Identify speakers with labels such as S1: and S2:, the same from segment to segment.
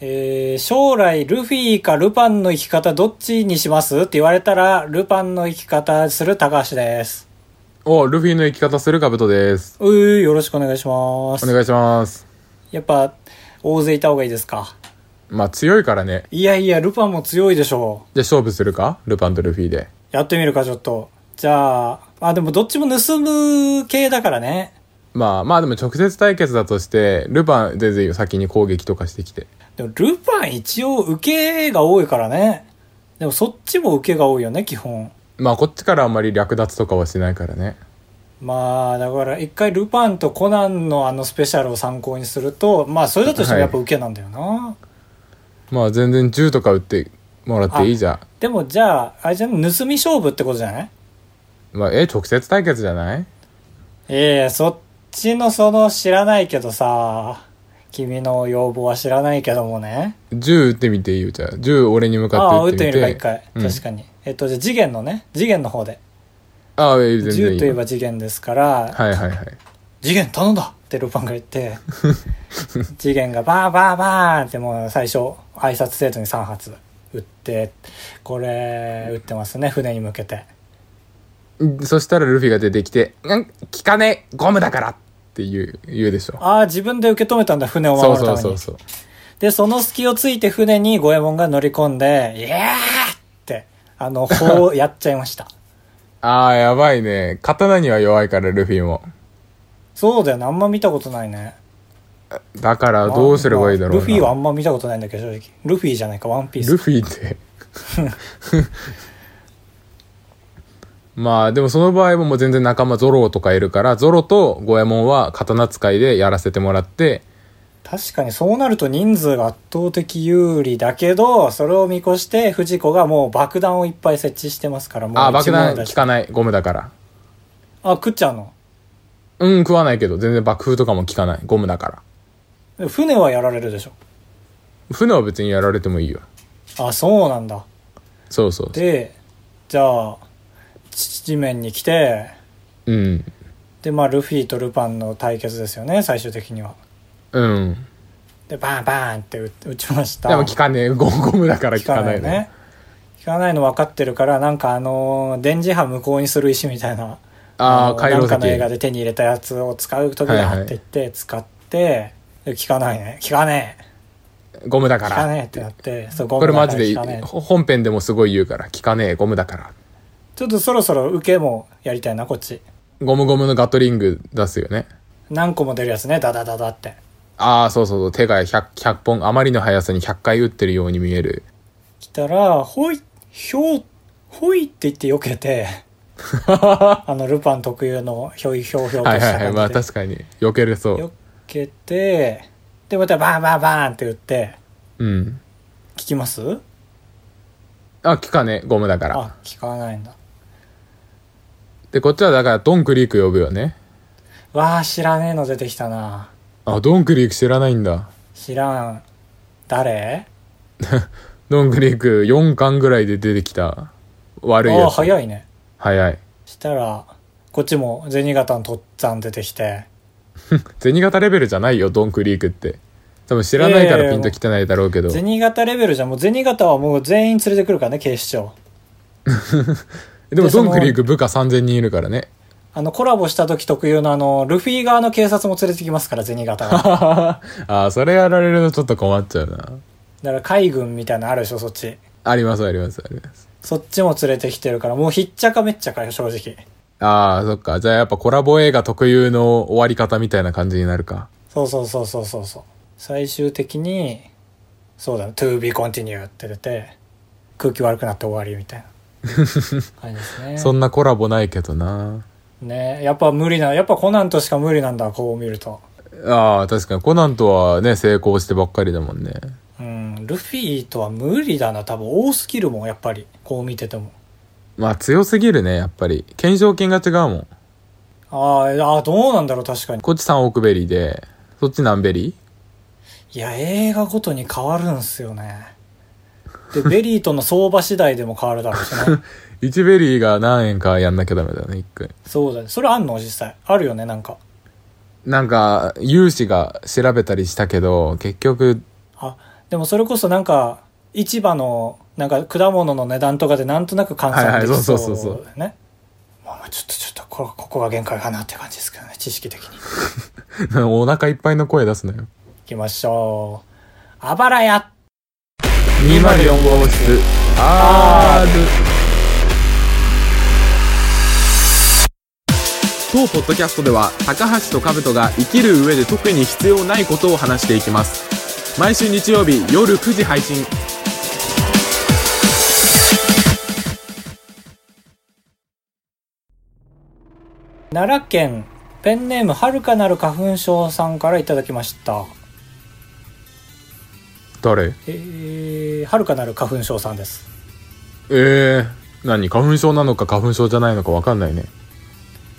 S1: えー将来ルフィかルパンの生き方どっちにしますって言われたら、ルパンの生き方する高橋です。
S2: お、ルフィの生き方するカブトです。
S1: うー、よろしくお願いしま
S2: お
S1: す。
S2: 願いします。
S1: やっぱ、大勢いた方がいいですか
S2: まあ強いからね。
S1: いやいや、ルパンも強いでしょ
S2: じゃあ勝負するかルパンとルフィで。
S1: やってみるか、ちょっと。じゃあ、あ、でもどっちも盗む系だからね。
S2: まあまあでも直接対決だとして、ルパン全然いいよ先に攻撃とかしてきて。
S1: でも、ルパン一応受けが多いからね。でも、そっちも受けが多いよね、基本。
S2: まあこっちからあんまり略奪とかはしないからね。
S1: まあ、だから、一回ルパンとコナンのあのスペシャルを参考にすると、まあ、それだとしてもやっぱ受けなんだよな。
S2: まあ全然銃とか撃ってもらっていいじゃん。
S1: でも、じゃあ、あれじゃない盗み勝負ってことじゃない
S2: まあえ、直接対決じゃない
S1: ええそっちのその知らないけどさ、君の要望は知らないけどもね。
S2: 銃撃ってみていいよ、じゃあ。銃俺に向
S1: あ
S2: か
S1: あ、
S2: っ
S1: 打って
S2: 撃ってて
S1: み
S2: み
S1: る
S2: て。
S1: か、一回。
S2: うん
S1: 確かに。えっと、じゃあ次元のね、次元の方で。
S2: ああ、え全然い
S1: 銃
S2: い。
S1: といえば次元ですから、
S2: はいはいはい。
S1: 次元頼んだってルパンが言 って、次元がバーバーバーンってもう最初、挨拶生徒に3発撃って、これ、撃ってますね、船に向けて。
S2: そしたらルフィが出てきて、うん、聞かねえゴムだからって言う、言うでしょ。
S1: ああ、自分で受け止めたんだ、船を守
S2: そう
S1: るため
S2: そ
S1: に。
S2: うそうそう。
S1: で、その隙をついて船に五右衛門が乗り込んで、イエーって、あの、砲 をやっちゃいました。
S2: ああ、やばいね。刀には弱いから、ルフィも。
S1: そうだよね、あんま見たことないね。
S2: だから、どうすればいいだろうな。
S1: まあルフィはあんま見たことないんだけど、正直。ルフィじゃないか、ワンピース
S2: ル。フィって。まあ、でもその場合ももう全然仲間ゾロとかいるから、ゾロとゴエモンは刀使いでやらせてもらって、
S1: 確かにそうなると人数が圧倒的有利だけど、それを見越して藤子がもう爆弾をいっぱい設置してますから、もう
S2: ああ、爆弾
S1: だ
S2: 効かない。ゴムだから。
S1: あ、食っちゃうの。
S2: うん、食わないけど、全然爆風とかも効かない。ゴムだから。
S1: で船はやられるでしょ。
S2: 船は別にやられてもいいよ。
S1: あ、そうなんだ。
S2: そうそうそう。
S1: で、じゃあ、地地面に来て、
S2: うん。
S1: で、まあ、ルフィとルパンの対決ですよね、最終的には。
S2: うん。
S1: で、バーンバーンって打打ちました。
S2: でも効かねえ。ゴゴムだから効
S1: 聞か
S2: か
S1: な
S2: ないい
S1: ね
S2: ね。。
S1: 聞かないの分かってるから、なんかあのー電磁波無効にする石みたいな。
S2: ああ、
S1: の
S2: 回
S1: な
S2: 路
S1: んかの映
S2: 石
S1: 画。で手に入れたやつを使う時だって言って、使って、で聞かないね。聞かねえ。
S2: ゴムだか。
S1: 聞からねえってなって、そう、ゴ
S2: これマジでい
S1: 聞
S2: い
S1: かねえ。
S2: ほ本編でもすごい言うから聞かねえゴムだから
S1: ちょっとそろそろ受けもやりたいな、こっち。
S2: ゴムゴムのガトリング出すよね
S1: 何個も出るやつね、ダダダダって。
S2: ああそうそうそう手が 100, 100本あまりの速さに100回打ってるように見える
S1: 来たら、ほい、ひょう、ほいって言って避け て、あの、ルパン特有のひょいひょうひょうと
S2: はい
S1: し
S2: は
S1: た感
S2: いは
S1: じ
S2: い
S1: で。
S2: まあ確かに避けれそ
S1: 避
S2: う
S1: けて、で、またバーンバーンバーンって打って、
S2: うん
S1: 聞きます
S2: あ聞かねえゴムだから
S1: あ、聞かないんだ。
S2: でこっちはだからドンクリーク呼ぶよね
S1: わあ、知らねえの出てきたな。
S2: あドンクリーク知らないんだ
S1: 知らん。誰
S2: ドンクリーク4巻ぐらいで出てきた悪い
S1: あ
S2: や
S1: あ、
S2: つ
S1: 早いね。
S2: 早い
S1: したら、こっちも銭形のとっつぁん出てきて、
S2: 銭形レベルじゃないよドンクリークって多分知らないからピンときてないだろうけど、
S1: 銭形レベルじゃん、もう銭形はもう全員連れてくるからね、警視庁。
S2: でも
S1: でそ
S2: ド
S1: の
S2: ンクリーク部下3000人いるからね
S1: あの、コラボした時特有のあの、ルフィ側の警察も連れてきますから、銭形が。だか
S2: ああ、それやられるとちょっと困っちゃうな。
S1: ら海軍みたいなのあるでしょ、そっち。
S2: ありますありますあります。
S1: そっちも連れてきてるから、もうひっちゃかめっちゃかよ、正直。
S2: ああ、そっか。じゃあやっぱコラボ映画特有の終わり方みたいな感じになるか。
S1: そうそうそうそうそうそう。最終的に、そうだね、to be continue って出て、空気悪くなって終わりみたいな感じですね。
S2: そんなコラボないけどな。
S1: ねやっぱ無理な、やっぱコナンとしか無理なんだ、こう見ると。
S2: ああ、確かにコナンとはね、成功してばっかりだもんね。
S1: うん、ルフィとは無理だな、多分多すぎるもん、やっぱり。こう見てても。
S2: まあ強すぎるね、やっぱり。懸賞金が違うもん。
S1: あーあー、どうなんだろう、確かに。
S2: こっち3億ベリーで、そっち何ベリ
S1: いや、映画ごとに変わるんすよね。 で、ベリーとの相場次第でも変わるだろうしね。
S2: ー ?1 ベリーが何円かやんなきゃダメだね、一回。
S1: そうだね。それあんの実際。あるよね、なんか。
S2: なんか、有志が調べたりしたけど、結局、
S1: あ、でもそれこそなんか、市場の、なんか果物の値段とかでなんとなく換
S2: はい
S1: 算
S2: は
S1: で
S2: い
S1: き
S2: そ
S1: そうう
S2: そうそうそう
S1: だよね。まあまあちょっとちょっとこ、ここが限界かなって感じですけどね、知識的に。行
S2: お腹いっぱいの声出すなよ。
S1: きましょう。あばらや
S2: 204号室 R。当ポッドキャストでは高橋と兜が生きる上で特に必要ないことを話していきます毎週日曜日夜9時配信
S1: 奈良県、ペンネームはるかなる花粉症さんからいただきました。
S2: 誰
S1: えー、はるかなる花粉症さんです。
S2: ええ何花粉症なのか花粉症じゃないのか分かんないね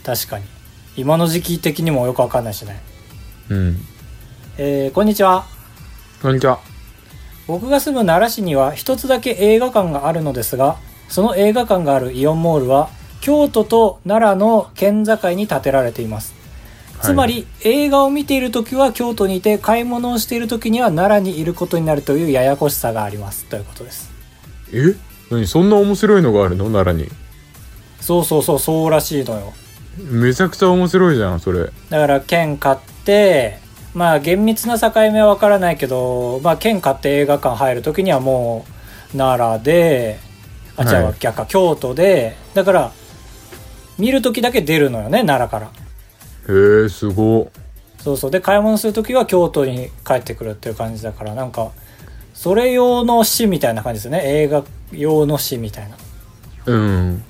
S1: 確かに。今の時期的にもよくわかんないしね。
S2: うん
S1: えー、こんにちは。
S2: こんにちは
S1: 僕が住む奈良市には一つだけ映画館があるのですがその映画館があるイオンモールは京都と奈良の県境に建てられていますつまり、映画を見ている時は京都にいて買い物をしている時には奈良にいることになるというややこしさがありますということです
S2: え何そんな面白いのがあるの奈良に
S1: そうそうそうそうらしいのよ
S2: めちゃくちゃ面白いじゃんそれ
S1: だから券買ってまあ厳密な境目はわからないけど、まあ、券買って映画館入る時にはもう奈良であ違う、
S2: はい
S1: 逆か京都でだから見る時だけ出るのよね奈良から
S2: へえすご
S1: そうそうで買い物する時は京都に帰ってくるっていう感じだからなんかそれ用の市みたいな感じですよね映画用の市みたいな
S2: うん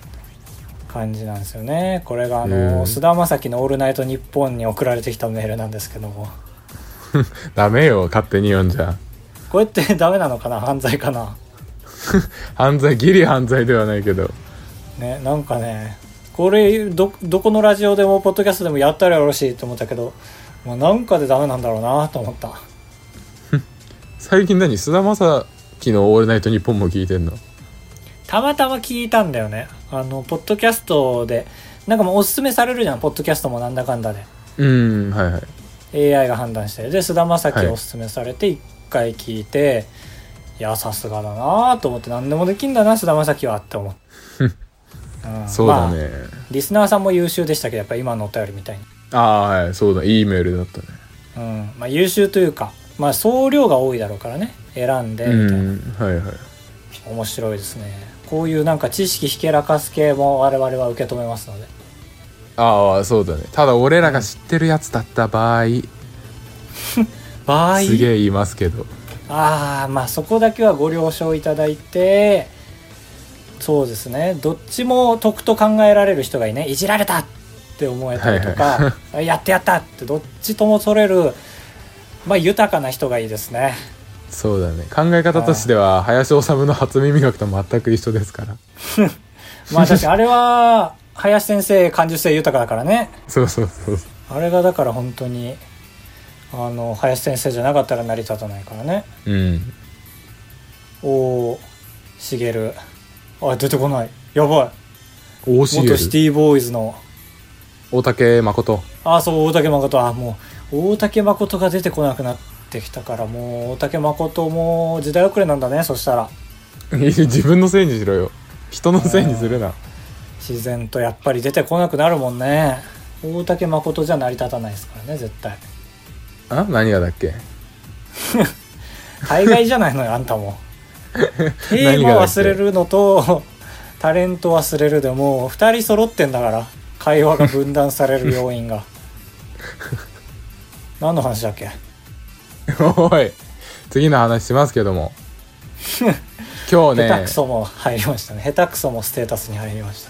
S1: 感じなんですよねこれがあ
S2: う
S1: の
S2: ん
S1: 菅田将暉の「オールナイトニッポン」に送られてきたメールなんですけども
S2: ダメよ勝手に読んじゃ
S1: これって ダメなのかな犯罪かな
S2: 犯罪ギリ犯罪ではないけど
S1: ねなんかねこれどどこのラジオでもポッドキャストでもやったらよろしいと思ったけど、まあ、なんかでダメなんだろうなと思った
S2: 最近何菅田将暉の「オールナイトニッポン」も聞いてんの
S1: たまたま聞いたんだよねあのポッドキャストでなんかもうおすすめされるじゃんポッドキャストもなんだかんだ
S2: うんはいはい
S1: で AI が判断してで菅田将
S2: はい
S1: 暉おすすめされて1回聞いて、い、やさすがだなと思って何でもできんだな菅田将暉はって 思って、うん
S2: そうだ
S1: まあ
S2: ね、
S1: リスナーさんも優秀でしたけどやっぱ今のお便りみたいに
S2: ああーはいそうだいいメールだったね
S1: うんまあ、優秀というか、まあ、総量が多いだろうからね選んでみたいな、
S2: うんはいはい
S1: 面白いですねこういうなんか知識ひけらかす系も我々は受け止めますので
S2: ああそうだねただ俺らが知ってるやつだった場合
S1: 場合
S2: すげえ言いますけど
S1: ああまあそこだけはご了承いただいてそうですねどっちも得と考えられる人がいいねいじられたって思えたりとか、 やってやったってどっちとも取れるまあ豊かな人がいいですね
S2: そうだね考え方としては林修の初耳学と全く一緒ですから
S1: まあ確かにあれは林先生感受性豊かだからね
S2: そうそうそうそう
S1: あれがだから本当にあの林先生じゃなかったら成り立たないからね
S2: うん
S1: おしげるあ出てこないやばい
S2: 大重
S1: 元シティボーイズの
S2: 大竹誠
S1: あそう大竹誠あもう大竹誠が出てこなくなってきたからもう大竹誠も時代遅れなんだねそしたら
S2: いや自分のせいにしろよ人のせいにするな
S1: 自然とやっぱり出てこなくなるもんね大竹誠じゃ成り立たないですからね絶対
S2: あ何がだっけ
S1: 海外じゃないのよ あんたもテー
S2: 何
S1: マ
S2: がだっけ
S1: 忘れるのとタレント忘れるでもう2人揃ってんだから会話が分断される要 因が何の話だっけ
S2: おい次の話しますけ ども
S1: 下
S2: 今日
S1: 手
S2: ね
S1: くそも入りましたね下手くそもステータスに入りまし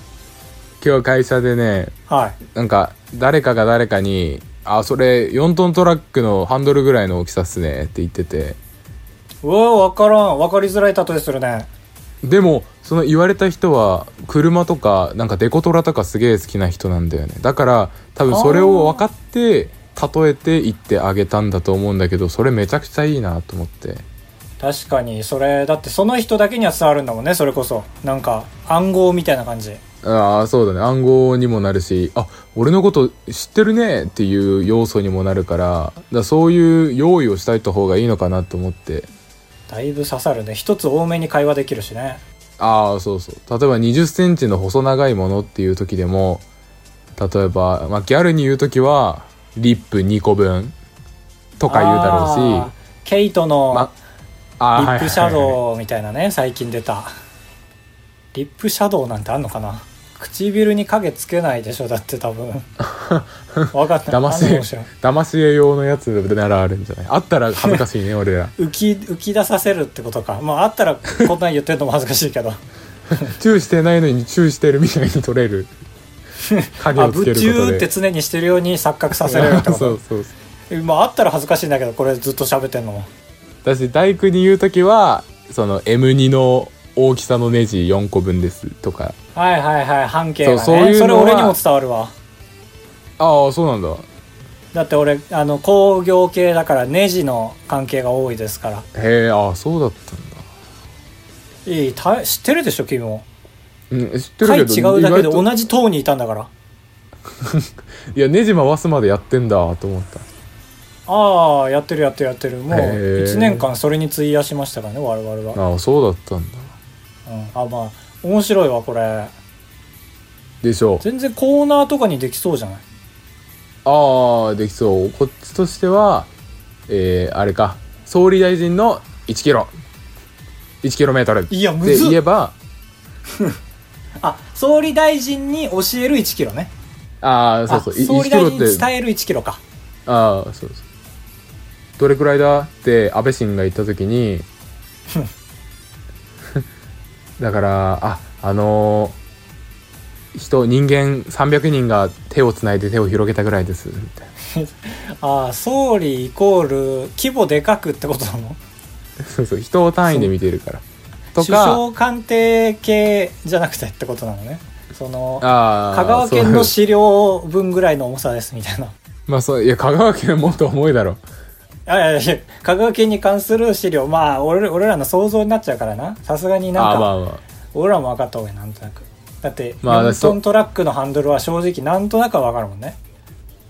S2: 今日会社でね
S1: たはい
S2: なんか誰かが誰かに「あそれ4トントラックのハンドルぐらいの大きさっすね」って言ってて
S1: うわ分からん分かりづらい例えするね
S2: でもその言われた人は車とかなんかデコトラとかすげえ好きな人なんだよねだから多分それを分かって例えて言ってあげたんだと思うんだけどそれめちゃくちゃいいなと思って
S1: 確かにそれだってその人だけには伝わるんだもんねそれこそなんか暗号みたいな感じ
S2: ああそうだね暗号にもなるしあ俺のこと知ってるねっていう要素にもなるからだからそういう用意をしたいた方がいいのかなと思って
S1: だいぶ刺さるね一つ多めに会話できるしね
S2: ああそうそう例えば2 0センチの細長いものっていう時でも例えば、まあ、ギャルに言う時はリップ2個分とか言うだろう
S1: あーケイトの、
S2: まあ
S1: リップシャ
S2: はいはいはい
S1: ドウみたいなね最近出たリップシャドウなんてあんのかな唇に影つけないでしょだって多分 わかんない
S2: 騙
S1: あんのかもし
S2: せ
S1: れん
S2: 騙せ用のやつならあるんじゃないあったら恥ずかしい ね俺ら
S1: 浮き浮き出させるってことかまああったらこんなん言ってんのも恥ずかしいけど
S2: チューしてないのにチューしてるみたいに取 れる影
S1: あ
S2: を
S1: ぶ
S2: つける
S1: っ
S2: こと
S1: ちゅ
S2: で
S1: ーって常にしてるように錯覚させられるってこ
S2: そ
S1: と
S2: うそうそう
S1: まああったら恥ずかしいんだけどこれずっと喋ってんのも
S2: 私大工に言う時はその M2 の大きさのネジ4個分ですとか
S1: はいはいはい半径がねそ
S2: そうそういう
S1: れ
S2: のは
S1: 俺にも伝わるわ
S2: ああそうなんだ
S1: だって俺あの工業系だからネジの関係が多いですから
S2: へえああそうだったんだ
S1: いいた知ってるでしょ君も
S2: うん、知って
S1: 回
S2: る
S1: 違
S2: けど
S1: うだけで
S2: 意外と
S1: 同じ塔にいたんだから
S2: いやネジ回すまでやってんだと思った
S1: ああやってるやってるやってるもう
S2: へー
S1: 1年間それに費やしましたからね我々は、
S2: ああそうだったんだ
S1: うん、あまあ面白いわこれ
S2: でしょう
S1: 全然コーナーとかにできそうじゃない
S2: ああできそうこっちとしてはえー、あれか総理大臣の1キロ1キロメートルって
S1: いやむず
S2: 言
S1: っ
S2: えば
S1: あ総理大臣に教える1キロね
S2: ああそうそう
S1: あ総
S2: い
S1: 理大臣
S2: 1
S1: に
S2: キロって
S1: 伝える1キロか
S2: ああそうそうどれくらいだって安倍晋が言った時 にだからああのー人人間300人が手をつないで手を広げたぐらいですみたいな
S1: ああ総理イコール規模でかくってことなの
S2: そうそう人を単位で見てるからと
S1: 首
S2: か
S1: 相官邸系じゃなくてってことなのねその
S2: あー
S1: 香川県の
S2: そう
S1: 資料分ぐらいの重さですみたいな
S2: まあそういや香川県はもっと重いだろ
S1: あいやいや香川県に関する資料まあ俺俺らの想像になっちゃうからなさすがになん
S2: あ
S1: か、
S2: ーまあま
S1: 俺らも分かった方がいいなんとなくだって、
S2: まあ
S1: 4
S2: そ
S1: トントラックのハンドルは正直なんとなくは分かるもんね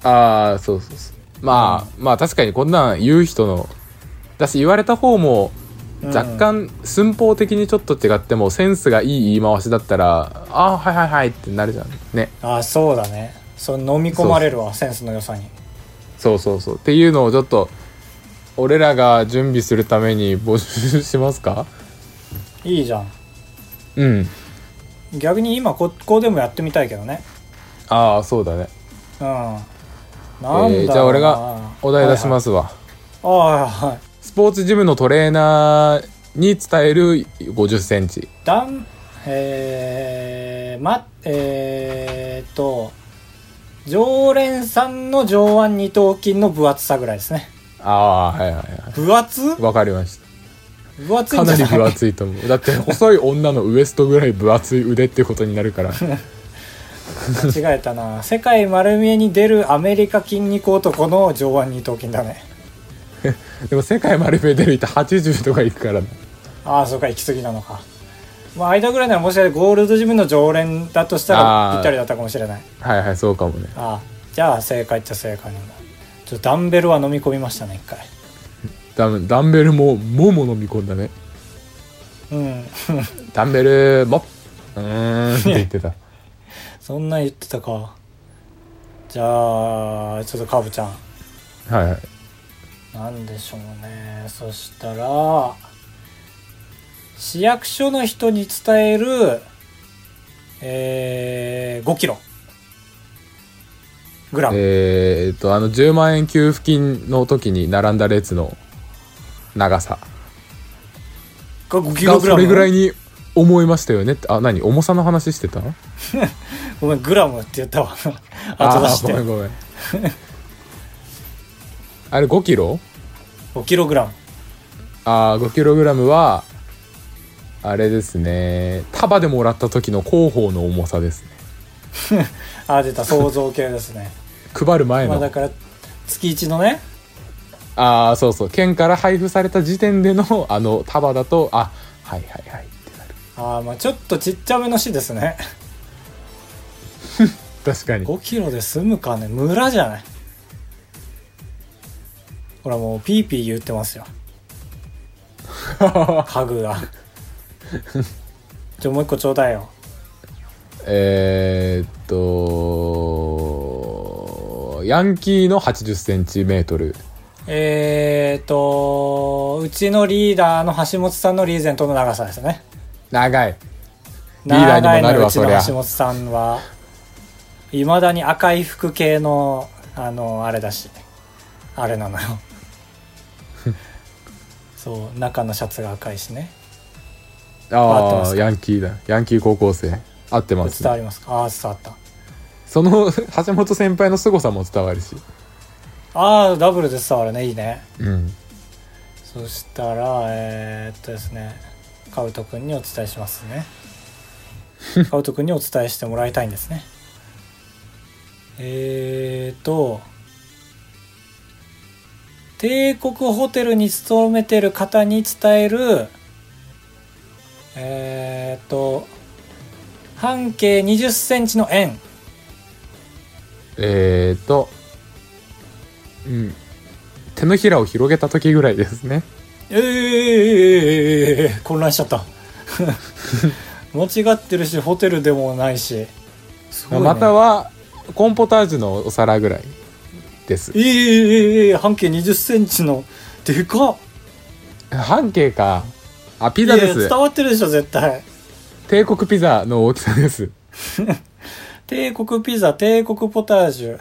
S2: あああそうそうそうまあ、まあ確かにこんなん言う人のだし言われた方も
S1: うん
S2: 若干寸法的にちょっと違ってもセンスがいい言い回しだったら「ああはいはいはい」ってなるじゃんね
S1: あそうだねその飲み込まれるわセンスの良さに
S2: そうそうそうっていうのをちょっと俺らが準備するために募集しますか
S1: いいじゃん
S2: うん
S1: 逆に今ここでもやってみたいけどね
S2: ああそうだね
S1: うんなんだろうな、
S2: えーじゃあ俺がお題出しますわ、
S1: はいはい、ああはい
S2: スポーツジムのトレーナーに伝える5 0ンチ
S1: ダンえー、まえー、と常連さんの上腕二頭筋の分厚さぐらいですね
S2: ああはいはいは
S1: 分厚
S2: いわかりまし
S1: 分厚い
S2: たか
S1: んじ
S2: な
S1: ゃ
S2: り
S1: ない
S2: 分厚いと思うだって細い女のウエストぐらい分厚い腕ってことになる から
S1: 間違えたな世界丸見えに出るアメリカ筋肉男の上腕二頭筋だね
S2: でも世界丸め出る人80とかいくからな
S1: ああそうか行き過ぎなのかまあ間ぐらいならもしかしてゴールドジムの常連だとしたら
S2: あー
S1: ぴったりだったかもしれない
S2: はいはいそうかもね
S1: ああじゃあ正解っちゃ正解なんだちょっとダンベルは飲み込みましたね一回
S2: ダンダンベルももも飲み込んだね
S1: うん
S2: ダンベルもうーんって言ってた
S1: そんなん言ってたか。じゃあ、ちょっとカブちゃん。
S2: はいはい
S1: なんでしょうね。そしたら、市役所の人に伝える、えー、5キロ。グラム。
S2: えー、っとあの10万円給付金の時に並んだ列の長さ
S1: が5キロ
S2: が
S1: グラ
S2: そ
S1: ム。
S2: れぐらいに思いましたよねってあ何重さの話してた
S1: ごめん、グラムって言ったわ。 後出
S2: あ
S1: し
S2: ーごめん
S1: て。
S2: ごめんあれ5キロ
S1: 5キログラム。
S2: あー 5kg はあれですね束でもらった時の広報の重さですね
S1: あ、出た。想像系ですね。
S2: 配る前
S1: まあ
S2: の、
S1: だから、月1のね、
S2: ああそうそう県から配布された時点での あの束だとあはいはいはいってなる
S1: あーまあちょっとちっちゃめの市ですね。
S2: 確かに
S1: 5キロで済むかね村じゃないほらもうピーピー言ってますよ家具がじゃあもう一個ちょうだいよ
S2: えーっとヤンキーの8 0トル
S1: えーとうちのリーダーの橋本さんのリーゼントの長さですね
S2: 長いリーダーにもなるわ
S1: 長いのうちの橋
S2: そり
S1: 本さんはいまだに赤い服系のあのあれだしあれなのよ そう中のシャツが赤いしね合ってま
S2: あ
S1: す
S2: あ
S1: か
S2: ヤンキーだヤンキー高校生合ってます
S1: 伝わりますかああ伝わった
S2: その橋本先輩の凄さも伝わるし
S1: ああダブルで伝わるねいいね
S2: うん
S1: そしたらえーっとですねカウト君にお伝えしますねカウト君にお伝えしてもらいたいんですねえーっと帝国ホテルに勤めてる方に伝えるえーっと半径2 0センチの円
S2: えーっとうん手のひらを広げた時ぐらいですね
S1: えーえーえーえーえー混乱しちゃった間違ってるしホテルでもないしすごいね
S2: またはコーンポタージュのお皿ぐらいです
S1: えーえーえーえー半径2 0ンチのでかっ
S2: 半径かあピ
S1: い
S2: ザ
S1: やい
S2: で
S1: や
S2: す
S1: 伝わってるでしょ絶対
S2: 帝国ピザの大き さです
S1: 帝国ピザ帝国ポタージュ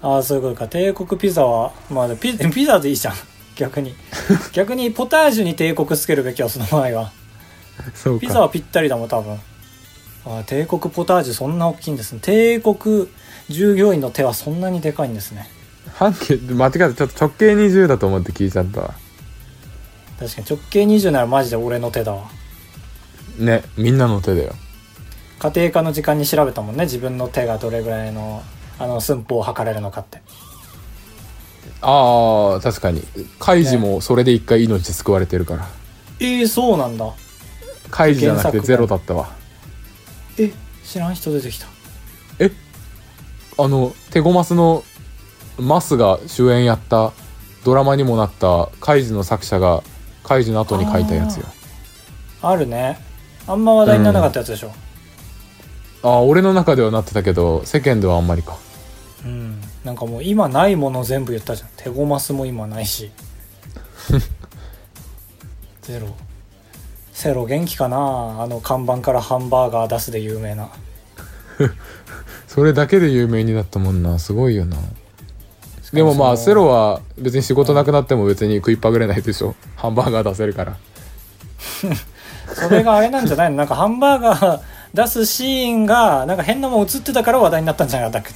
S1: ああそういうことか帝国ピザはまあピピザでいいじゃん逆に逆にポタージュに帝国つけるべきはその前は
S2: そうか
S1: ピザはぴったりだもん多分あー帝国ポタージュそんな大きいんですね帝国従業員の手はそんなにでかいんですね
S2: 半径間違ったちょっと直径20だと思って聞いちゃったわ
S1: 確かに直径20ならマジで俺の手だわ
S2: ねみんなの手だよ
S1: 家庭科の時間に調べたもんね自分の手がどれぐらいのあの寸法を測れるのかって
S2: あー確かにカイジもそれで一回命救われてるから、
S1: えー、そうなんだ
S2: カイジじゃなくて
S1: 原作
S2: ゼロだったわ
S1: え知らん人出てきた
S2: えあのテゴマスのマスが主演やったドラマにもなったカイジの作者がカイジの後に書いたやつよ
S1: あるねあんま話題にならなかったやつでしょ
S2: ああー俺の中ではなってたけど世間ではあんまりか
S1: うん、なんかもう今ないもの全部言ったじゃん手ごますも今ない しゼロセロ元気かなあの看板からハンバーガー出すで有名な
S2: それだけで有名になったもんなすごいよなでもまあセ
S1: その
S2: ロは別に仕事なくなっても別に食いっぱぐれないでしょハンバーガー出せるから
S1: それがあれなんじゃないのなんかハンバーガー出すシーンがなんか変なもん映ってたから話題になったんじゃなかったっ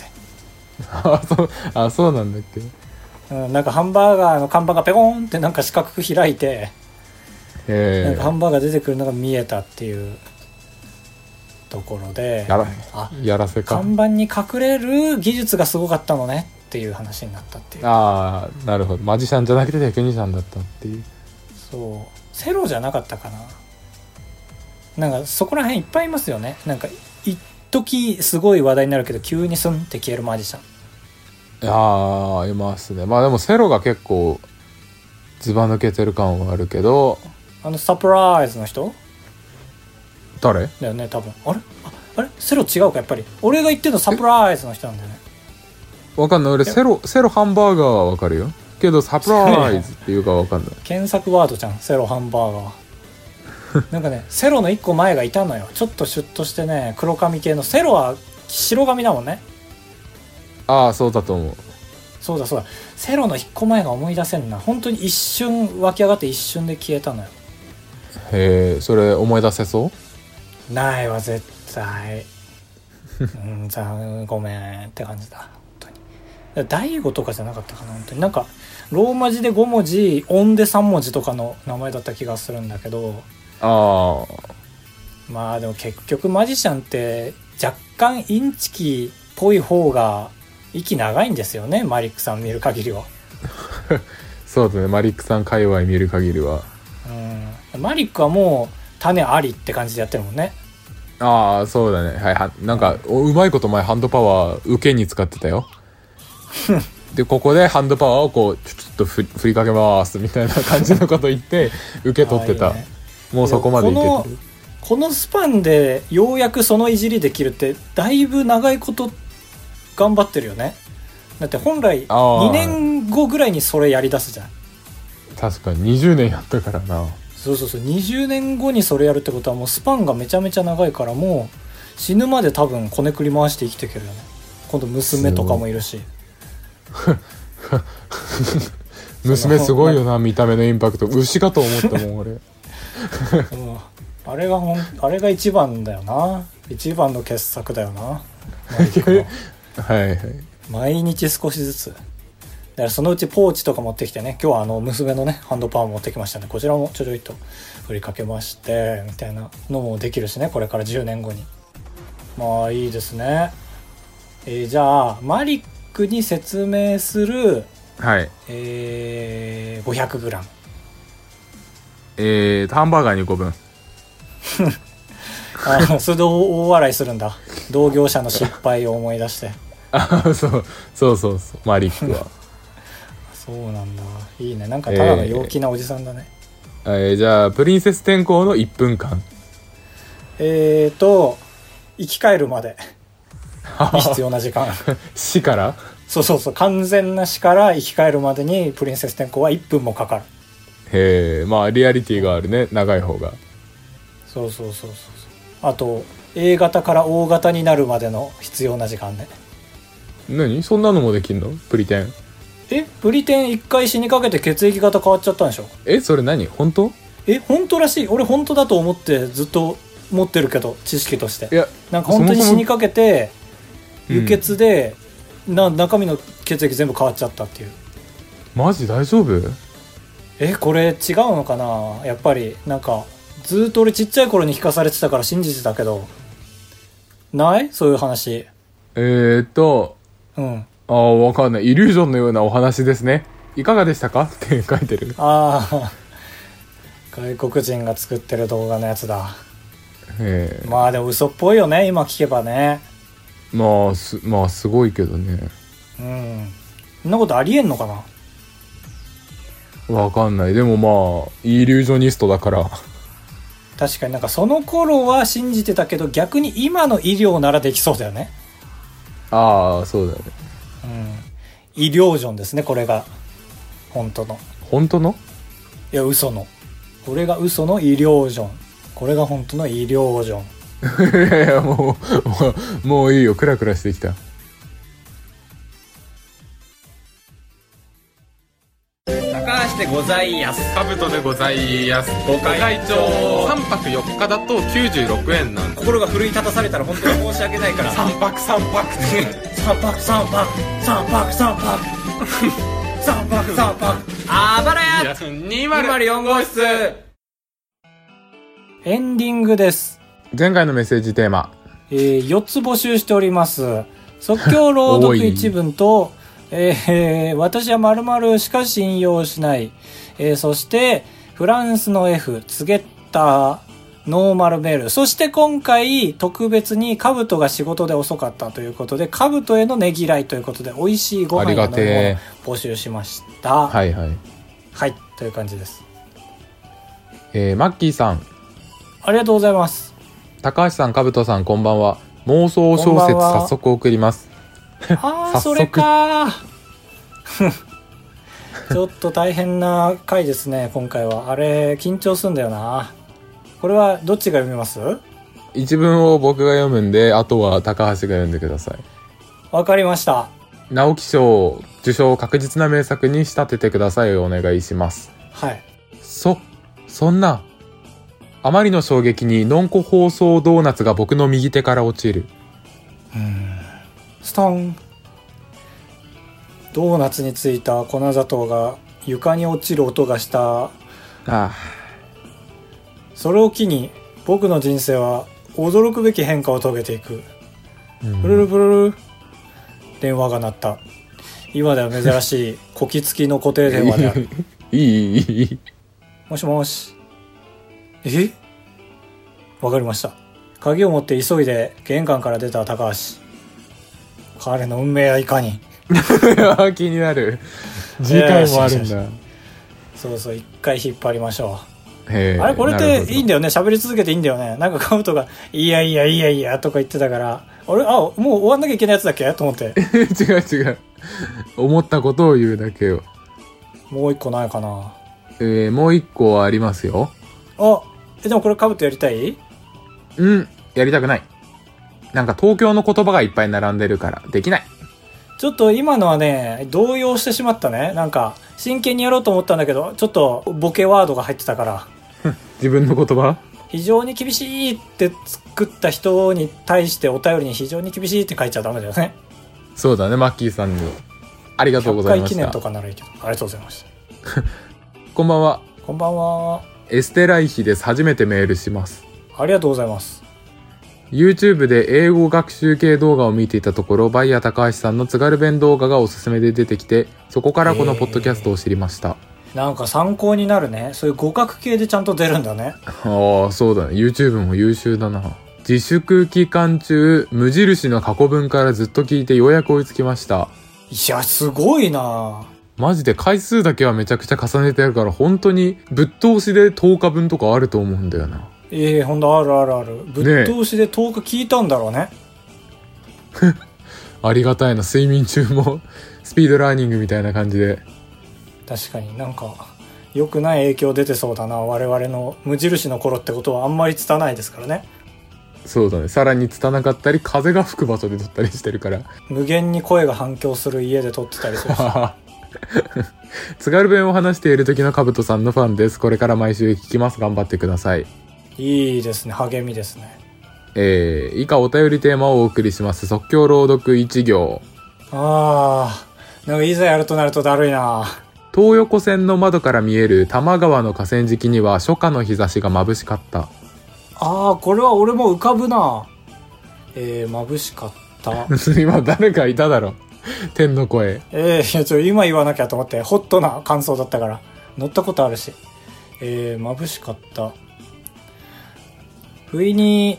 S2: あそうあそうなんだっけへ
S1: け、うん、なんかハンバーガーの看板がペコーンってなんか四角く開いて、なん
S2: え
S1: かハンバーガー出てくるのが見えたっていうところで
S2: やら
S1: あ
S2: やらせか
S1: 看板に隠れる技術がすごかったのねっていう話になったっていう
S2: ああなるほどマジシャンじゃなくてテクニシャンだったっていう
S1: そうセロじゃなかったかななんかそこら辺いっぱいいますよねなんか一時すごい話題になるけど急にスンって消えるマジシャン
S2: ああいますねまあでもセロが結構ずば抜けてる感はあるけど
S1: あのサプライズの人
S2: 誰
S1: だよね多分あれああれセロ違うかやっぱり俺が言ってるのサプライズの人なんだよね
S2: わかんない俺セロセロハンバーガーはわかるよけどサプライズっていうかわかんない
S1: 検索ワードじゃんセロハンバーガ ーなんかねセロの一個前がいたのよちょっとシュッとしてね黒髪系のセロは白髪だもんね
S2: ああそうだと思う
S1: そうだそうだセロの一個前が思い出せんな本当に一瞬湧き上がって一瞬で消えたのよ
S2: へえそれ思い出せそう
S1: ないわ絶対うんじゃあごめんって感じだ本当にだから大悟とかじゃなかったかな本当になんかローマ字で5文字音で3文字とかの名前だった気がするんだけど
S2: ああ
S1: まあでも結局マジシャンって若干インチキっぽい方が息長いんですよねマリックさん見る限りは
S2: そうだねマリックさん界隈見る限りは
S1: うんマリックはもう種ありって感じでやってるもんね
S2: ああそうだねはいはなんかおうまいこと前 ハンドパワー受けに使ってたよでここでハンドパワーをこうちょっとふ振りかけますみたいな感じのこと言って受け取って
S1: あ
S2: た
S1: ーいいね
S2: もうそこまでいけ
S1: この
S2: てる
S1: このスパンでようやくそのいじりできるってだいぶ長いこと頑張ってるよねだって本来
S2: あー
S1: 2年後ぐらいにそれやりだすじゃん
S2: 確かに20年やったからな
S1: そうそうそう20年後にそれやるってことはもうスパンがめちゃめちゃ長いからもう死ぬまで多分こねくり回して生きていけるよね今度娘とかもいるし
S2: 娘すごいよな見た目のインパクト牛かと思った もん俺
S1: うんあれがほんあれが一番だよな一番の傑作だよなマリックの
S2: はいはい
S1: 毎日少しずつだからそのうちポーチとか持ってきてね今日はあの娘のねハンドパワーも持ってきましたねこちらもちょちょいと振りかけましてみたいなのもできるしねこれから10年後にまあいいですね、えーじゃあマリックに説明する、
S2: はい
S1: えー、500g
S2: えー、ハンバーガー2個分
S1: あそれで大大笑いするんだ同業者の失敗を思い出して
S2: あそうそうそうそうマリック は、
S1: そうなんだいいねなんかただの陽気なおじさんだね
S2: えー、じゃあプリンセス転校の1分間
S1: えーと、生き返るまでに必要な時間。
S2: 死から
S1: そうそうそう、完全な死から生き返るまでにプリンセス転校は1分もかかる。
S2: へえまあリアリティがあるね長い方が
S1: そうそうそうそうそう。あと、A 型から O 型になるまでの必要な時間ね。
S2: 何そんなのもできんのプリテン
S1: え、ブリテン1回死にかけて血液型変わっちゃったんでしょ
S2: えそれ何本当
S1: え、本当らしい。俺本当だと思ってずっと持ってるけど、知識として
S2: い。や
S1: なんか本当に
S2: そもそ
S1: 死
S2: も
S1: にかけて、
S2: うん
S1: 輸血で、な中身の血液全部変わっちゃったっていう。
S2: マジ大丈夫
S1: えこれ違うのかなやっぱりなんかずーっと俺ちっちゃい頃に聞かされてたから信じてたけどないそういう話
S2: えー、っと
S1: うん
S2: ああわかんないイリュージョンのようなお話ですねいかがでしたか って書いてる
S1: ああ 外国人が作ってる動画のやつだ
S2: え
S1: まあでも嘘っぽいよね今聞けばね
S2: ー、まあすまあすごいけどね
S1: うんそんなことありえんのかな
S2: わかんないでもまあイリュージョニストだから
S1: 確かになんかその頃は信じてたけど逆に今の医療ならできそうだよね
S2: ああそうだね
S1: うん医療ジョンですねこれが本当の
S2: 本当の
S1: いや嘘のこれが嘘の医療ジョンこれが本当の医療ジョン
S2: いやいやもうもうもういいよクラクラしてきた
S3: 高橋でございやす
S4: カブトでございますご会長3泊4日だと96円なんです
S3: 心が奮い立たされたら本当に申し訳ないから三泊三泊
S1: 三泊三泊三泊三 泊三泊三泊
S3: あばらや
S4: 204号室
S1: エンディングです、
S2: 前回のメッセージテーマ
S1: えー、4つ募集しております即興朗
S2: 多
S1: 読
S2: い
S1: 一文とえー、私はまるまるしか信用しない、えー、そしてフランスの F ツゲッターノーマルメール。そして今回特別に兜が仕事で遅かったということで、兜へのねぎらいということで、美味しいご
S2: あ
S1: 飯
S2: り
S1: や
S2: が
S1: 飲み物を
S2: て
S1: 募集しました。
S2: ーはいはい
S1: はい、という感じです。
S2: えー、マッキーさん
S1: ありがとうございます。
S2: 高橋さん、かぶとさん、こんばんは。妄想小
S1: こんばん
S2: 説
S1: は
S2: 早速送ります。
S1: ああ、
S2: 早速
S1: それかー。 ちょっと大変な回ですね、今回は。あれ、緊張すんだよな。これはどっちが読みます
S2: 一文を僕が読むんで、あとは高橋が読んでください。
S1: わかりました。
S2: 直木賞受賞を確実な名作に仕立ててください。お願いします。
S1: はい。
S2: そ、そんな。あまりの衝撃に、のんこ放送ドーナツが僕の右手から落ちる。
S1: ストン。ドーナツについた粉砂糖が床に落ちる音がした。
S2: あ
S1: それを機に僕の人生は驚くべき変化を遂げていく。
S2: あ。う
S1: プル
S2: ん、
S1: ルプルル電話が鳴った今では珍しいこきつきの固定電話で ある
S2: い い、いい、いい。
S1: もしもしえわかりました鍵を持って急いで玄関から出た高橋彼の運命はいかに
S2: いや気になる。
S5: 次回もあるんだ、
S1: そうそう一回引っ張りましょ
S2: へ
S1: う、
S2: え
S1: あれこれっ
S2: なるほ
S1: て
S2: ど
S1: いいんだよね喋り続けていいんだよねなんかカブトが「いやいやいやいや」とか言ってたからあれあもう終わんなきゃいけないやつだっけと思って
S2: 違う 違う思ったことを言うだけよ、
S1: もう一個ないかな
S2: えー、もう一個はありますよ
S1: あえでもこれカブトやりたい
S2: うんやりたくないなんか東京の言葉がいっぱい並んでるからできない
S1: ちょっと今のはね動揺してしまったねなんか真剣にやろうと思ったんだけどちょっとボケワードが入ってたから
S2: 自分の言葉
S1: 非常に厳しいって作った人に対してお便りに非常に厳しいって書いちゃダメだよね
S2: そうだねマッキーさんにありがとうご
S1: 100
S2: ざい
S1: 回
S2: ま
S1: 記
S2: し
S1: 念
S2: た
S1: とかならいいけどありがとうございました
S2: こんばんは
S1: こんばんは
S2: エステライヒです初めてメールします
S1: ありがとうございます
S2: YouTube で英語学習系動画を見ていたところバイヤー高橋さんの津軽弁動画がおすすめで出てきてそこからこのポッドキャストを知りました、
S1: なんか参考になるねそういう互角形でちゃんと出るんだね
S2: ああそうだね YouTube も優秀だな自粛期間中無印の過去文からずっと聞いてようやく追いつきました
S1: いやすごいな
S2: マジで回数だけはめちゃくちゃ重ねてあるから本当にぶっ通しで10日分とかあると思うんだよな
S1: ええほんとあるあるあるぶっ通しで10日聞いたんだろうね
S2: ありがたいな睡眠中も スピードラーニングみたいな感じで
S1: 確かになんか良くない影響出てそうだな我々の無印の頃ってことはあんまり拙ないですからね
S2: そうだねさらに拙かったり風が吹く場所で撮ったりしてるから
S1: 無限に声が反響する家で撮ってたりす るし
S2: 津軽弁を話している時のかぶとさんのファンですこれから毎週聞きます頑張ってください
S1: いいですね励みですね
S2: えー、以下お便りテーマをお送りします即興朗読1行
S1: ああなんかいざやるとなるとだるいな
S2: 東横線の窓から見える多摩川の河川敷には初夏の日差しが眩しかった
S1: ああこれは俺も浮かぶなえー、眩しかった
S2: 今誰かいただろ天の声
S1: えー、いやちょ今言わなきゃと思ってホットな感想だったから乗ったことあるしえー、眩しかった不意に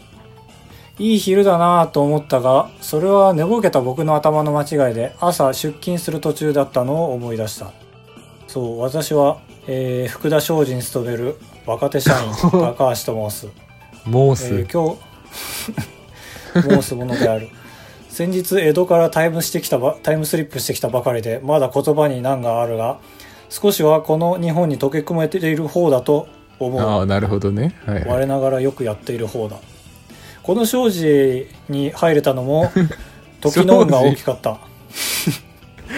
S1: いい昼だなぁと思ったがそれは寝ぼけた僕の頭の間違いで朝出勤する途中だったのを思い出したそう私は、えー、福田商事に勤める若手社員高橋と申すえ
S2: モース、
S1: ー今日申すもので ある先日江戸からタイムしてきたばタイムスリップしてきたばかりでまだ言葉に難があるが少しはこの日本に溶け込めている方だと思
S2: ああ
S1: う
S2: なるほどね、はいはい、
S1: 我ながらよくやっている方だこの庄司に入れたの も時の運が大きかった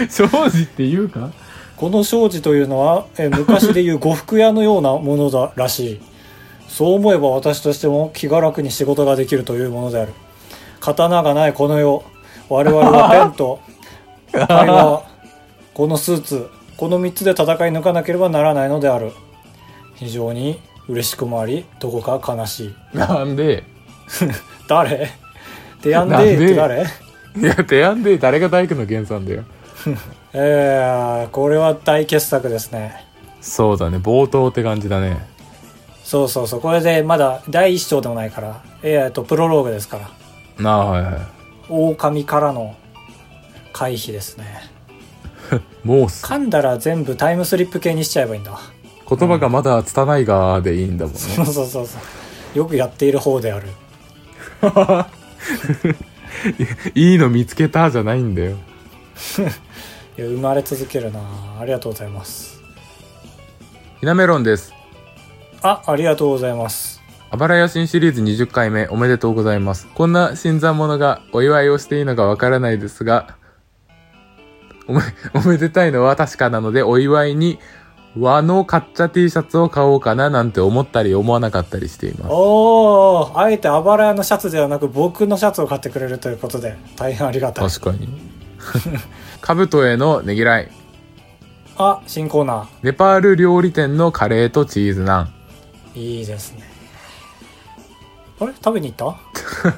S2: 正直って言うか
S1: この庄司というのは、えー昔でいう呉服屋のようなものだらしいそう思えば私としても気が楽に仕事ができるというものである刀がないこの世我々はペン と会話このスーツこの3つで戦い抜かなければならないのである非常に嬉しくもありどこか悲しい
S2: なんで
S1: 誰てやんで
S2: なん
S1: ー
S2: で
S1: って誰
S2: いや提案で誰が大工の源さんだよ
S1: えー、これは大傑作ですね
S2: そうだね冒頭って感じだね
S1: そうそうそうこれでまだ第一章でもないからえーえっとプロローグですから
S2: なあはいはい
S1: 狼からの回避ですね
S2: モース
S1: 噛んだら全部タイムスリップ系にしちゃえばいいんだ
S2: 言葉がまだ拙いがでいいんだもんね、
S1: そうそうそうそうよくやっている方である
S2: いいの見つけたじゃないんだよ
S1: いや生まれ続けるなありがとうございます
S2: ひなメロンです
S1: あありがとうございます
S2: あばらや新シリーズ20回目おめでとうございますこんな新参者がお祝いをしていいのかわからないですがおめおめでたいのは確かなのでお祝いに和のカッチャ T シャツを買おうかななんて思ったり思わなかったりしています
S1: おおあえてあばら屋のシャツではなく僕のシャツを買ってくれるということで大変ありがたい
S2: 確かに 兜へのねぎらい
S1: あ新コーナ
S2: ネパール料理店のカレーとチーズナン
S1: ーいいですねあれ食べに行った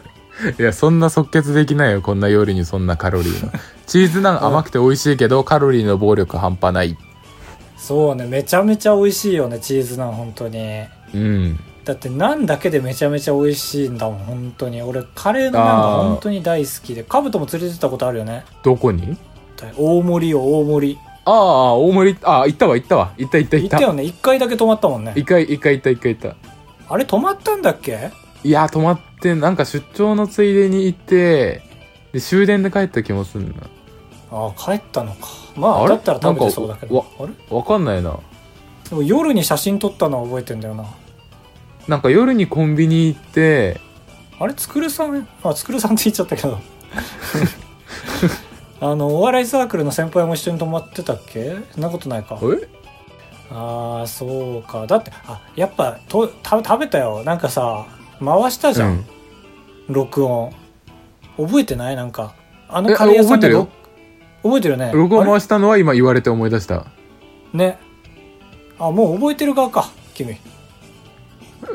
S2: いや、そんな即決できないよ、こんな夜にそんなカロリーの。チーズナン甘くて美味しいけど、カロリーの暴力半端ない。
S1: そうねめちゃめちゃ美味しいよねチーズナン本当に
S2: うん。
S1: だってナンだけでめちゃめちゃ美味しいんだもん本当に俺カレーのナンが本当に大好きでカブトも連れてったことあるよね
S2: どこに
S1: 大盛りよ大盛り
S2: ああ、大盛り、ああ、行ったわ、行ったわ。行った行った行
S1: 行
S2: っ
S1: った
S2: た。
S1: よね1回だけ止まったもんね
S2: 一回、一回行った一回行った。
S1: あれ止まったんだっけ
S2: いや、泊まって、なんか出張のついでに行って、で、終電で帰った気もするな。
S1: ああ帰ったのかま
S2: あ
S1: あ
S2: れ
S1: だったら食べてそうだけ
S2: なん
S1: ど
S2: か
S1: あれ
S2: わかんないな。
S1: でも夜に写真撮ったのは覚えてんだよな
S2: なんか夜にコンビニ行って、
S1: あれつくるさんあつくるさんって言っちゃったけ どあのお笑いサークルの先輩も一緒に泊まってたっけそんなことないか
S2: え
S1: ああそうかだってあやっぱとた食べたよなんかさ回したじゃん、
S2: うん
S1: 録音覚えてないなんかあの
S2: え
S1: カレー屋さんで
S2: あ
S1: ろ覚えてるよね
S2: 録音
S1: あれ
S2: 回したのは今言われて思い出した。
S1: ねあもう覚えてる側か君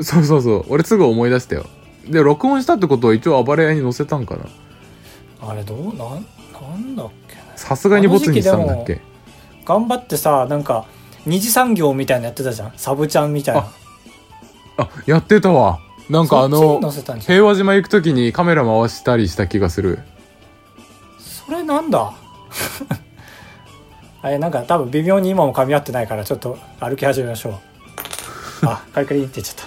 S2: そうそうそう。俺すぐ思い出したよ。で、録音したってことを一応暴れ屋に載せたんかな。
S1: あれどうなんなんだっけね
S2: さすがにボツにしたんだっけ
S1: 頑張ってさなんか二次産業みたいなのやってたじゃんサブちゃんみたいな
S2: ああ、やってたわ。なんか
S1: そ
S2: あ
S1: っちに
S2: の
S1: 載、せたんじゃん
S2: 平和島行くときにカメラ回したりした気がする。
S1: それなんだ あれなんか多分微妙に今も噛み合ってないからちょっと歩き始めましょうあカリカリって言っちゃった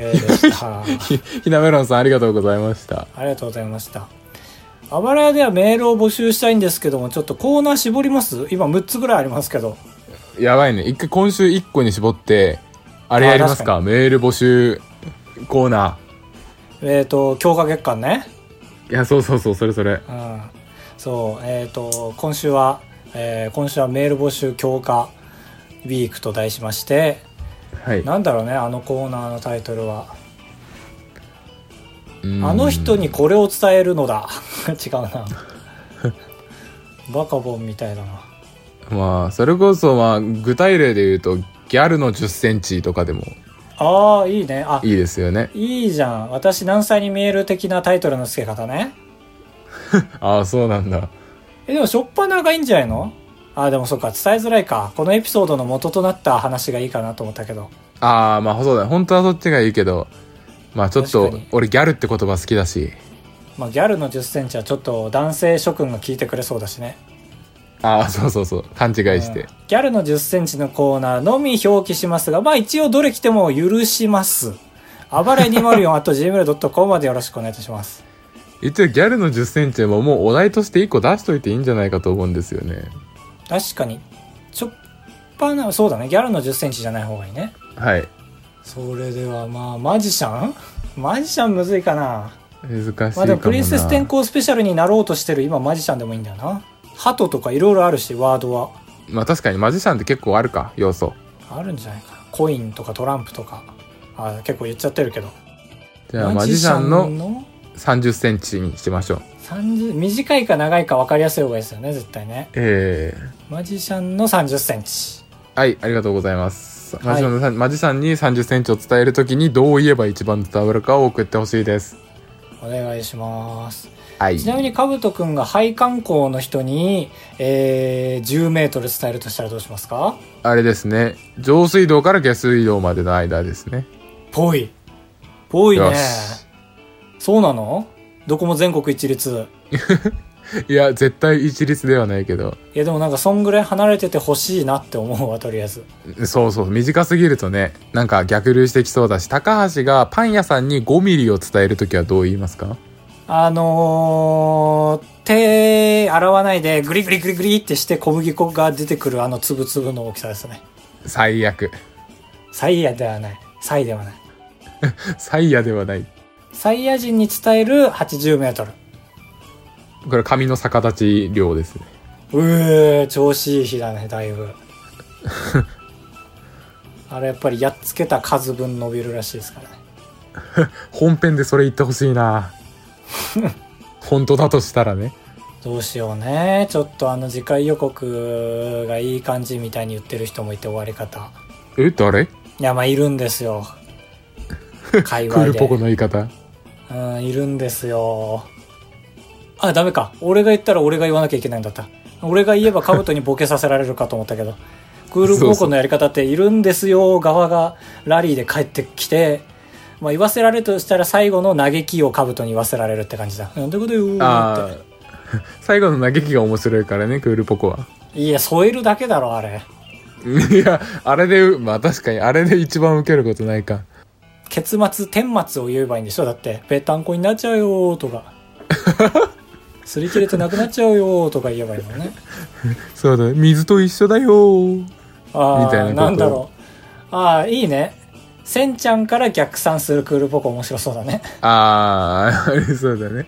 S1: えー、でした
S2: ひ、 ひなめろんさんありがとうございました。
S1: ありがとうございました。あばら屋ではメールを募集したいんですけども、ちょっとコーナー絞ります今6つぐらいありますけど。
S2: やばいね。一回今週1個に絞って、あれやりますか
S1: あ
S2: メール募集コーナ
S1: えっ、と、強化月間ね。
S2: ー。いや、そうそうそう、それそれ。
S1: うん。そう、えっ、と、今週は、えー今週はメール募集強化ウィークと題しまして、
S2: はい。
S1: なんだろうね、あのコーナーのタイトルは。
S2: うん
S1: あの人にこれを伝えるのだ。 違う な。バカボンみたいだな。
S2: まあ、それこそ、まあ、具体例で言うと、ギャルの10センチとかでも
S1: ああ、いいね。あ、
S2: いいですよね。
S1: いいじゃん。私何歳に見える的なタイトルの付け方ね。
S2: ああ、そうなんだ。
S1: え、でもしょっぱながいいんじゃないのあ、でもそっか、伝えづらいか。このエピソードの元となった話がいいかなと思ったけど。
S2: ああ、まあ、そうだね。本当はそっちがいいけど、まあ、ちょっ
S1: 確か
S2: と
S1: に、
S2: 俺ギャルって言葉好きだし。
S1: まあ、ギャルの10センチはちょっと男性諸君が聞いてくれそうだしね。
S2: ああ、そうそうそう。勘違いし
S1: うん
S2: て。
S1: ギャルの10センチのコーナーのみ表記しますが、まあ一応どれ来ても許します。あばれ204あと gmail.com までよろしくお願いいたします。
S2: 一応、ギャルの10センチももうお題として1個出しといていいんじゃないかと思うんですよね。
S1: 確かに、しょっぱな、そうだね、ギャルの10センチじゃない方がいいね。
S2: はい。
S1: それではまあ、マジシャンマジシャンむずいかな。
S2: 難しいかもな。
S1: まあでもプリンセス転校スペシャルになろうとしてる今マジシャンでもいいんだよな。ハトとかいろいろあるし、ワードは。
S2: まあ確かにマジシャンって結構あるか、要素。
S1: あるんじゃないかな。コインとかトランプとか。あ結構言っちゃってるけど。
S2: じゃあマジシャンの
S1: の
S2: 30センチにしましょう。
S1: 30短いか長いか分かりやすい方がいいですよね、絶対ね。
S2: ええ
S1: マジシャンの30センチ。
S2: はい、ありがとうございます。マ
S1: い
S2: ジシャンのさんマジシャンに30センチを伝えるときにどう言えば一番伝わるかを送ってほしいです。
S1: お願いします。
S2: はい。
S1: ちなみに、かぶとくんが配管工の人に、えー、10メートル伝えるとしたらどうしますか
S2: あれですね。上水道から下水道までの間ですね。
S1: ぽい。ぽいね
S2: よし。
S1: そうなのどこも全国一律。
S2: いや、絶対一律ではないけど。
S1: いやでもなんかそんぐらい離れててほしいなって思うわとりあえず
S2: そうそう、短すぎるとね、なんか逆流してきそうだし、高橋がパン屋さんに5ミリを伝えるときはどう言いますか
S1: あのー、手洗わないでグリグリグリグリってして小麦粉が出てくるあの粒々の大きさですね
S2: 最悪。
S1: サイヤではないサイではない
S2: 最悪ではない。
S1: サイヤ人に伝える8 0ル
S2: これ髪の逆立ち量ですね
S1: うー調子いい日だねだいぶ あれやっぱりやっつけた数分伸びるらしいですからね
S2: 本編でそれ言ってほしい な本当だとしたらね
S1: どうしようねちょっとあの次回予告がいい感じみたいに言ってる人もいて終わり方
S2: え誰
S1: いや、まあ、いるんですよ。界
S2: ク
S1: 隈
S2: ール
S1: で。
S2: ポコの言い方
S1: うん、いるんですよ。あ、ダメか。俺が言ったら俺が言わなきゃいけないんだった。俺が言えばカブトにボケさせられるかと思ったけど。クールポコのやり方って、いるんですよ側がラリーで帰ってきて、まあ、言わせられるとしたら最後の嘆きをカブトに言わせられるって感じだ。なんてこと言うーって
S2: ああ最後の嘆きが面白いからねクールポコは
S1: いや添えるだけだろあれ
S2: いやあれでまあ確かにあれで一番受けることないか
S1: 結末顛末を言えばいいんでしょだって「ぺったんこになっちゃうよ」とか「擦り切れてなくなっちゃうよ」とか言えばいいのね
S2: そうだね水と一緒だよー
S1: あ
S2: みたいな
S1: あな
S2: ことを
S1: んだろうああいいねせんちゃんから逆算するクールポコ面白そうだね
S2: あああり そうだね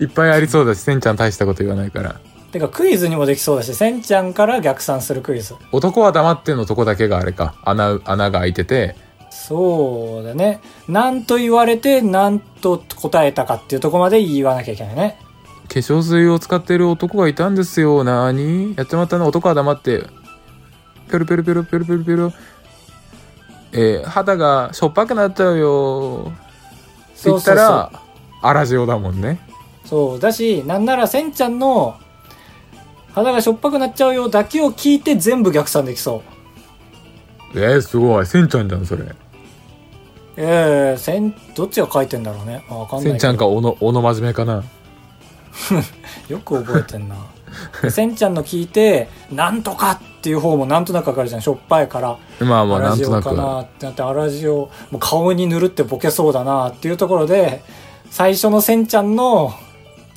S2: いっぱいありそうだしせんちゃん大したこと言わないから
S1: てかクイズにもできそうだしせんちゃんから逆算するクイズ
S2: 男は黙ってのとこだけがあれか穴穴が開いてて
S1: そうだねなんと言われてなんと答えたかっていうところまで言わなきゃいけないね
S2: 化粧水を使ってる男がいたんですよなーにやってもらったの男は黙ってペロペロペロペロペロペロえー肌がしょっぱくなっちゃうよーって
S1: そ
S2: 言
S1: うそう
S2: った
S1: そう
S2: ら荒塩だもんね
S1: そうだしなんならせんちゃんの肌がしょっぱくなっちゃうよだけを聞いて全部逆算できそう
S2: えー、すごいせんちゃんじゃんそれ
S1: ええせんどっちが書いてんだろうねあわかんないけ
S2: せ
S1: ど
S2: んちゃんかおのおの真面目かな
S1: よく覚えて んなでせんちゃんの聞いて「なんとか」っていう方もなんとなくわかるじゃんしょっぱいから
S2: まあ
S1: 「
S2: まあ
S1: ラ
S2: なん
S1: ジ
S2: と
S1: オ
S2: な
S1: か
S2: く
S1: な」ってなって「アラジオ」もう顔に塗るってボケそうだなっていうところで最初のせんちゃんの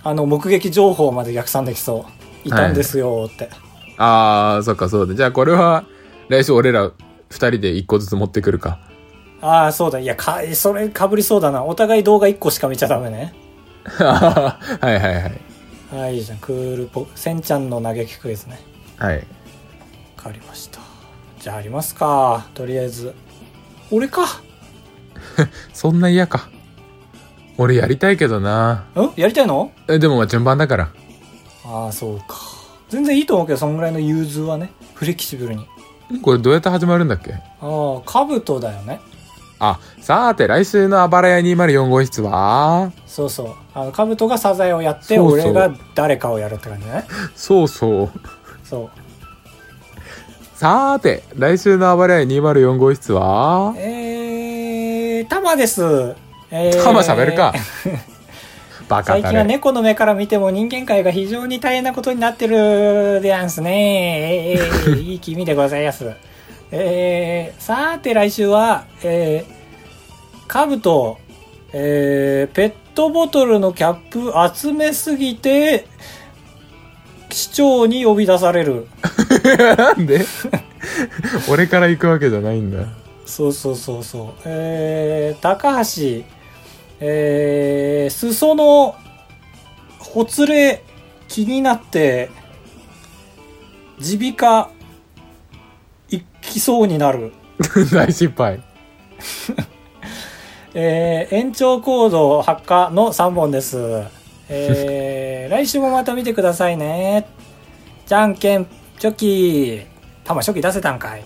S1: あの目撃情報まで逆算できそういたんですよって、
S2: あーそっかそうだじゃあこれは来週俺ら2人で1個ずつ持ってくるか
S1: ああそうだいやかそれかぶりそうだなお互い動画1個しか見ちゃダメね
S2: はいはいはい。
S1: はいいいじゃんクールポせんちゃんの嘆きクイズね
S2: はい。
S1: わかりましたじゃあありますかとりあえず俺か
S2: そんな嫌か。俺やりたいけどなん
S1: やりたいの
S2: え、でもまあ順番だから。
S1: ああそうか全然いいと思うけどそんぐらいの融通はねフレキシブルに
S2: これどうやって始まるんだっけ
S1: ああカブトだよね
S2: あ、さーて来週のあばらや204号室は
S1: そうそうあのカブトがサザエをやって
S2: そうそ
S1: 俺
S2: う
S1: が誰かをやるって感じね
S2: そうそう。
S1: そう
S2: さーて来週のあばらや204号室は
S1: えー、タマですえー
S2: タマ喋るか。バカ
S1: 最
S2: だ
S1: 近は
S2: ね。
S1: 猫の目から見ても人間界が非常に大変なことになってるでやんすね。えーえーえ ーいい気味でございます。えー、さーて来週は、えー、カブと、えー、ペットボトルのキャップ集めすぎて、市長に呼び出される。
S2: なんで俺から行くわけじゃないんだ。
S1: そうそうそうそう。えー、高橋、えー、裾のほつれ気になって、耳鼻科行きそうになる。
S2: 大失敗。
S1: えー、延長コード発火の3本です。えー、来週もまた見てくださいね。じゃんけん、チョキ。たま、チョキ出せたんかい。